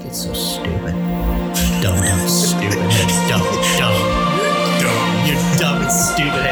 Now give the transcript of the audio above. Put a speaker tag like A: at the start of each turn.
A: It's so stupid.
B: Dumb, dumb, stupid, dumb, dumb, dumb. You're dumb and stupid